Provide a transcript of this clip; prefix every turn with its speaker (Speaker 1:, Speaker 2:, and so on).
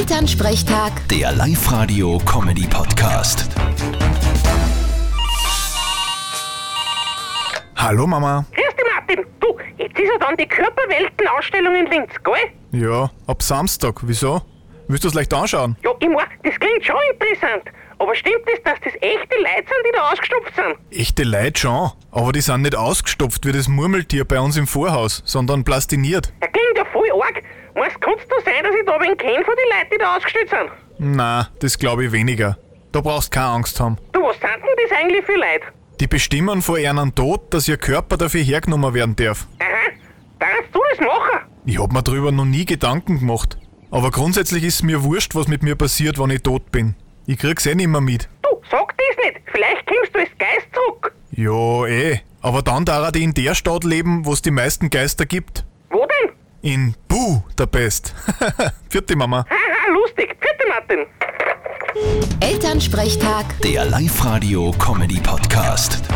Speaker 1: Elternsprechtag,
Speaker 2: Der Live-Radio-Comedy-Podcast.
Speaker 3: Hallo Mama.
Speaker 4: Grüß dich, Martin. Du, jetzt ist ja dann die Körperweltenausstellung in Linz, gell?
Speaker 3: Ja, ab Samstag. Wieso? Willst du das leicht anschauen?
Speaker 4: Ja, ich mein, das klingt schon interessant. Aber stimmt es, dass das echte Leute sind, die da ausgestopft sind?
Speaker 3: Echte Leid schon, aber die sind nicht ausgestopft wie das Murmeltier bei uns im Vorhaus, sondern plastiniert.
Speaker 4: Das klingt ja voll arg. Meinst du, kannst du sein, dass ich da wen kenn von den Leuten, die da ausgestellt sind?
Speaker 3: Na, das glaube ich weniger. Da brauchst keine Angst haben.
Speaker 4: Du, was sind denn das eigentlich für Leute?
Speaker 3: Die bestimmen vor ihren Tod, dass ihr Körper dafür hergenommen werden darf.
Speaker 4: Aha, darfst du das machen?
Speaker 3: Ich hab mir drüber noch nie Gedanken gemacht. Aber grundsätzlich ist mir wurscht, was mit mir passiert, wenn ich tot bin. Ich krieg's eh nimmer mit.
Speaker 4: Du, sag das nicht. Vielleicht kommst du als Geist zurück.
Speaker 3: Ja, eh. Aber dann darf er die in der Stadt leben, wo es die meisten Geister gibt.
Speaker 4: Wo denn?
Speaker 3: In Bu der Best. Vierte Mama.
Speaker 4: Haha, lustig. Vierte Martin.
Speaker 1: Elternsprechtag.
Speaker 2: Der Live-Radio-Comedy-Podcast.